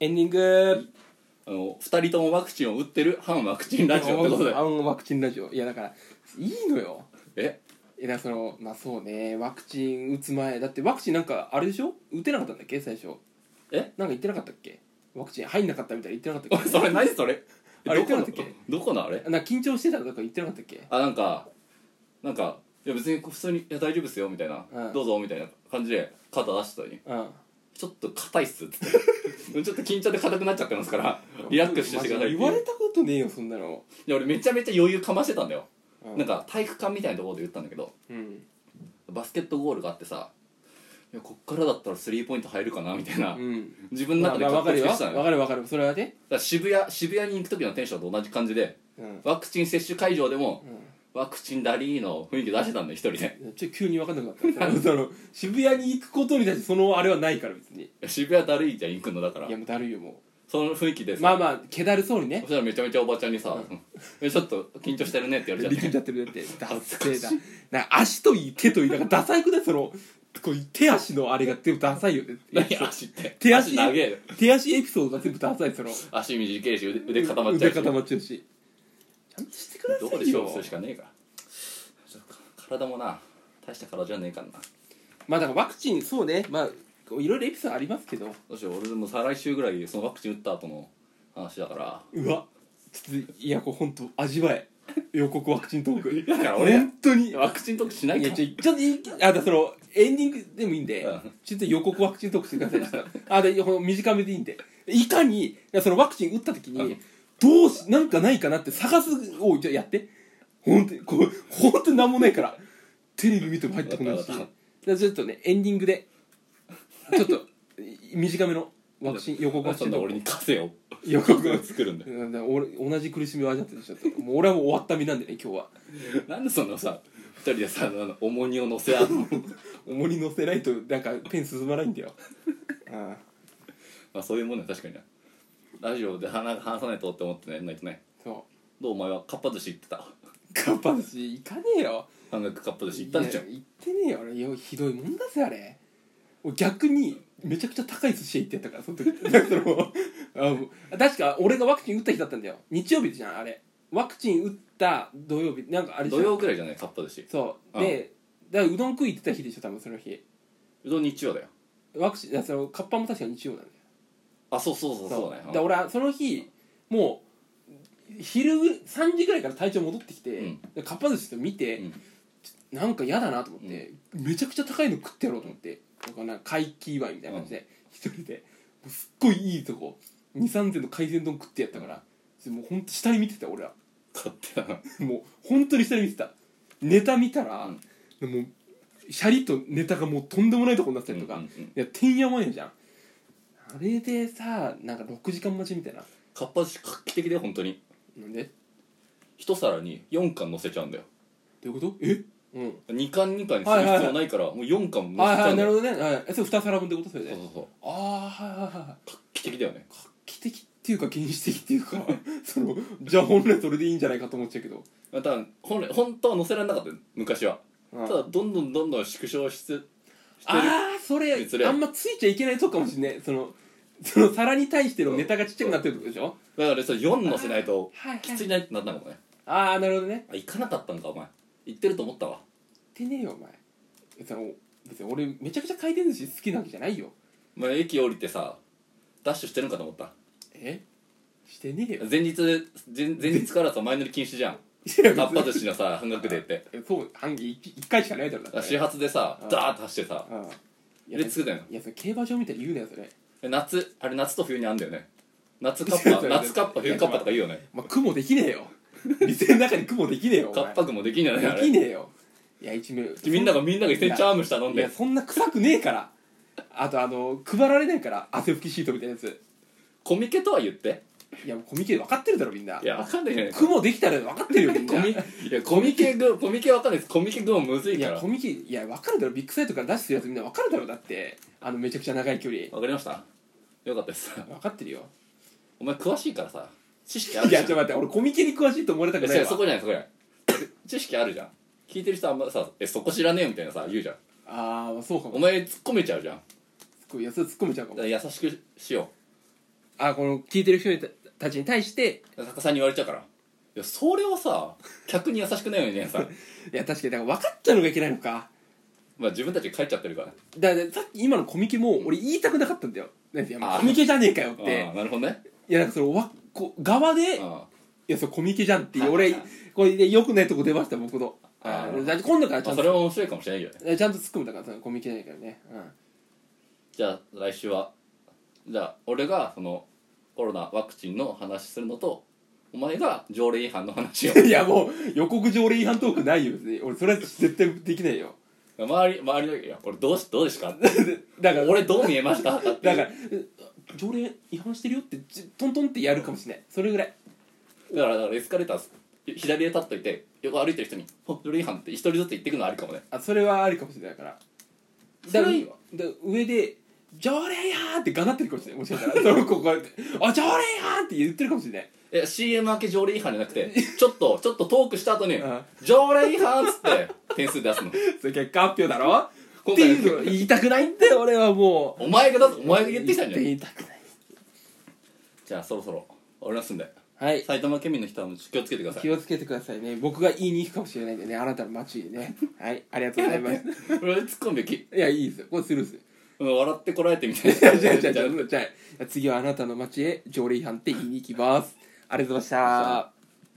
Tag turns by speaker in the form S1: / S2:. S1: エンディング
S2: あの2人ともワクチンを打ってる反ワクチンラジオってことで
S1: あんワクチンラジオいやだからいいのよ
S2: え
S1: いやだからそのまあそうねワクチン打つ前だってワクチンなんかあれでしょ打てなかったんだっけ最初
S2: え
S1: なんか言ってなかったっけワクチン入んなかったみたいな言ってなか
S2: お
S1: っ
S2: い
S1: たっ
S2: それ何それ
S1: あれ
S2: どこの
S1: 言ってなかったっ
S2: どこのあれ
S1: けなんか緊張してたとか言ってなかったっけ
S2: あなんかなんかいや別に普通に「いや大丈夫ですよ」みたいな
S1: うん
S2: どうぞ」みたいな感じで肩出したのに
S1: うん
S2: 「ちょっと硬いっす」っつって ちょっと緊張で硬くなっちゃってますからリラックスしてくださいってい
S1: マジ
S2: う
S1: 言われたことねえよそんなの、
S2: いや俺めちゃめちゃ余裕かましてたんだよ
S1: うん、
S2: なんか体育館みたいなところで言ったんだけど
S1: うん
S2: バスケットゴールがあってさいやこっからだったらスリーポイント入るかなみたいな、
S1: うん
S2: 自分の
S1: まあ
S2: 中で
S1: まあわかるよわ
S2: してたのよだか
S1: かるわかるそれはね
S2: ら渋谷渋谷に行く時のテンションと同じ感じで
S1: うん、
S2: ワクチン接種会場でも
S1: うん
S2: ワクチンだりーの雰囲気出してたんだよ一人で
S1: ちょっと急に分かんなくなった その渋谷に行くことに対してそのあれはないから別にい
S2: 渋谷だるいじゃん行くのだから
S1: やもうだるいよも
S2: その雰囲気で
S1: う
S2: さ
S1: まあまあけだるそうにね
S2: そしたらめちゃめちゃおばちゃんにさ「 えちょっと緊張してるね」って言われちゃっ
S1: 力
S2: て
S1: んじゃってるだってだってだなんか足といい手といいだからダサいくないそのこう手足のあれが全部ダサいよね
S2: 何足って
S1: 手足
S2: 長えよ
S1: 手足エピソードが全部ダサいその
S2: 足短いし腕腕固まっちゃうし
S1: 腕固まっちゃうしちゃんとしてくださいよ
S2: どこで勝負するしかねえからそうか体もな大した体じゃねえからな
S1: まあだからワクチンそうねまあこういろいろエピソードありますけど
S2: どうしよう俺でも再来週ぐらいそのワクチン打った後の話だから
S1: うわちょっといやこれ本当味わえ予告ワクチントーク
S2: だから俺
S1: 本当に
S2: ワクチン特集しない
S1: い
S2: か
S1: や
S2: ら
S1: ちょちょっといいあだそのエンディングでもいいんで、
S2: うん
S1: ちょっと予告ワクチン特集くださいでしたあでほん短めでいいんでいかにだそのワクチン打った時
S2: うん
S1: にどうしなんかないかなって探すをじゃあやって本当にこう本当に何もないからテレビ見ても入ってこないし
S2: わかったわか
S1: じゃあちょっとねエンディングでちょっとい短めのワクチン予告ワクチ
S2: そ
S1: ン特
S2: んな
S1: 集
S2: 俺に稼を
S1: 予告ワクチン
S2: 作るんだ よ
S1: うんだから俺同じ苦しみを味わってちょっともう俺はもう終わった身なんでね今日は
S2: なんでそんなさ二人でさあの重荷を乗せ合う の
S1: 重り乗せないとなんかペン進まないんだ よああ
S2: まあそういうもんね確かになラジオで話話さないとって思ってねやんないとね
S1: そ
S2: どうお前はかっぱ寿司行ってた
S1: うかっぱ寿司行かねえよ
S2: 半額かっぱ寿司行ったんじゃん
S1: いや行ってねえよ俺よひどいもんだぜあれ俺逆にめちゃくちゃ高い寿司屋行ってやったからその時 なんかそのあもう確か俺がワクチン打った日だったんだよ日曜日じゃんあれワクチン打った土曜日なんかあれでしょ
S2: 土曜ぐらいじゃないかっぱ寿司
S1: そうでだからうどん食い行ってた日でしょ多分その日
S2: うどん日曜だよ
S1: ワクチンだからそのカッパも確か日曜なんだよ
S2: あそうそうそうそうね
S1: だから俺はその日もう昼ぐ3時ぐらいから体調戻ってきて、
S2: うん
S1: でかっぱ寿司と見て、
S2: うん
S1: なんか嫌だなと思って、めちゃくちゃ高いの食ってやろうと思って、僕はなんか怪奇祝いみたいな感じで、一人でもうすっごいいいとこ23000の海鮮丼食ってやったから、もうほんと下に見てた俺は
S2: 買ってたな
S1: もう本当に下に見てたネタ見たら、
S2: うん
S1: もうシャリとネタがもうとんでもないとこになってたりとか、
S2: うんうんうん
S1: いやてんやわんやじゃんあれでさなんか6時間待ちみたいな
S2: かっぱ寿司画期的だよ本当に
S1: なんで
S2: 一皿に4貫乗せちゃうんだよ
S1: どういうことえうん
S2: 2貫2貫にする必要ないからもう4貫乗
S1: は
S2: せ
S1: い
S2: ちゃ
S1: は
S2: う
S1: い
S2: ん
S1: な
S2: だ
S1: るほ
S2: よ
S1: どね、はい、えそれ2皿分ってことそれで
S2: そうそうそう
S1: ああはいはいはい
S2: 画期的だよね
S1: 画期的っていうか原始的っていうか そのじゃあ本来それでいいんじゃないかと思っちゃうけど
S2: また本来本当は乗せられなかったよ昔は
S1: た
S2: ただどんどんどんどん縮小しつしてる
S1: ああそ
S2: 失
S1: れ
S2: 礼
S1: あんまついちゃいけないとこかもしんないその その皿に対してのネタがちっちゃくなってるってことでしょ
S2: だからそれ4乗せないと
S1: はい
S2: きついなってなったのかもね
S1: ああなるほどね
S2: あ行かなかったんかお前行ってると思ったわ
S1: 言ってねえよお前別に別に俺めちゃくちゃ回転寿司好きなわけじゃないよ
S2: お前駅降りてさダッシュしてるんかと思った
S1: えしてねえよ
S2: 前日前前日からさ前乗り禁止じゃんかっぱ寿司のさ半額でって
S1: えそう半径1回しかないだろだって
S2: 始発でさ
S1: うん
S2: ダーッと走ってさ
S1: うんいや
S2: で作ったよ
S1: いやそれ競馬場みたいに言うなよそれ
S2: え夏あれ夏と冬にあんだよ ね夏カッパ夏カッパ冬カッパとか言うよね
S1: まあ雲できねえよ店の中に雲できねえよお
S2: カ
S1: 前
S2: ッパくもできんじゃないあ
S1: でき
S2: れ
S1: ねえよいや一名
S2: みんながみんなが一斉にチャームした飲ん
S1: いや
S2: で
S1: そんな臭くねえからあとあの配られないから汗拭きシートみたいなやつ
S2: コミケとは言って
S1: いやもうコミケ分かってるだろみんない
S2: やわかんないじゃないですか
S1: 雲できたら分かってるよみん
S2: コ
S1: な
S2: ミ
S1: い
S2: いやコミケグコミケわかんないですコミケグもむずいから
S1: や
S2: わ
S1: コ
S2: か
S1: ミケいや分かるだろビッグサイトから出してるやつみんな分かるだろだってあのめちゃくちゃ長い距離
S2: りましたよかったです
S1: 分かってるよ
S2: お前詳しいからさ知識ある
S1: い
S2: じゃ
S1: や
S2: ん
S1: ちょっと待って俺コミケに詳しいと思われたく
S2: い
S1: ない
S2: や
S1: わ
S2: そこじゃないそこじゃない知識あるじゃん聞いてる人あんまさ「えそこ知らねえよ」みたいなさ言うじゃん
S1: ああそうか
S2: お
S1: も
S2: 前突っ込めちゃうじゃん
S1: いやそれ突っ込めちゃうかも
S2: だから優しくしよ
S1: あこの聞いてる人にたたちに対して
S2: 作家さんに言われちゃうからいやそれはさ客に優しくないよね さん、
S1: いや確かにだから分かっちゃうのがいけないのか
S2: まあ、自分たちで書いちゃってるから
S1: だからさっき今のコミケも俺言いたくなかったんだよなんていや
S2: あー
S1: コミケじゃねえかよっ
S2: ああ
S1: て
S2: なるほどね
S1: いやなんかそのわこ側で
S2: あ
S1: いやそれコミケじゃんっていう
S2: はい
S1: 俺
S2: はいはい
S1: これでよくないとこ出ました僕の
S2: あー
S1: うんだって今度から
S2: あ
S1: ちゃん
S2: それは
S1: と
S2: 面白いかもしれないけどね
S1: ちゃんと突っ込むだからそのコミケじゃないからねうん
S2: じゃあ来週はじゃあ俺がそのコロナワクチンの話するのとお前が条例違反の話を
S1: いやもう予告上俺違反トークないよ別に俺それは絶対できないよ
S2: 周り周りのいや俺どうしどうですか
S1: だから
S2: 俺どう見えました だ
S1: だから条例違反してるよってじトントンってやるかもしれないそれぐらい
S2: だからだからエスカレーター左で立っといて横歩いてる人に「お条例違反」って一人ずつ言ってくのありかもね
S1: あそれはありかもしれないから
S2: それはいいわ
S1: だから上で「条例違反!」ってがなってるかもしれないもしかしたらその子こうやって「あ条例違反!」って言ってるかもしれない
S2: え CM 明け条例違反じゃなくて ちょっとちょっとトークした後に
S1: うん
S2: 「条例違反」っつって点数出すの
S1: それ結果発表だろ
S2: 今
S1: って
S2: 回
S1: いうの言いたくないんだよ俺はも
S2: お前がだぞお
S1: う
S2: 前が言ってきたんじゃん
S1: 言いたくない
S2: じゃあそろそろ俺の住んで
S1: はい
S2: 埼玉県民の人は気をつけてくださ
S1: 気
S2: い
S1: をつけてくださいね僕が言いに行くかもしれないんでねあなたの街にねはいありがとうございます
S2: 俺ツッコんでき
S1: いやいいですよこれスルーする
S2: うん笑ってこられてみたい
S1: じゃ
S2: な
S1: あじゃあじゃあじゃあ次はあなたの街へ条例違反って言いに行きますありがとうございました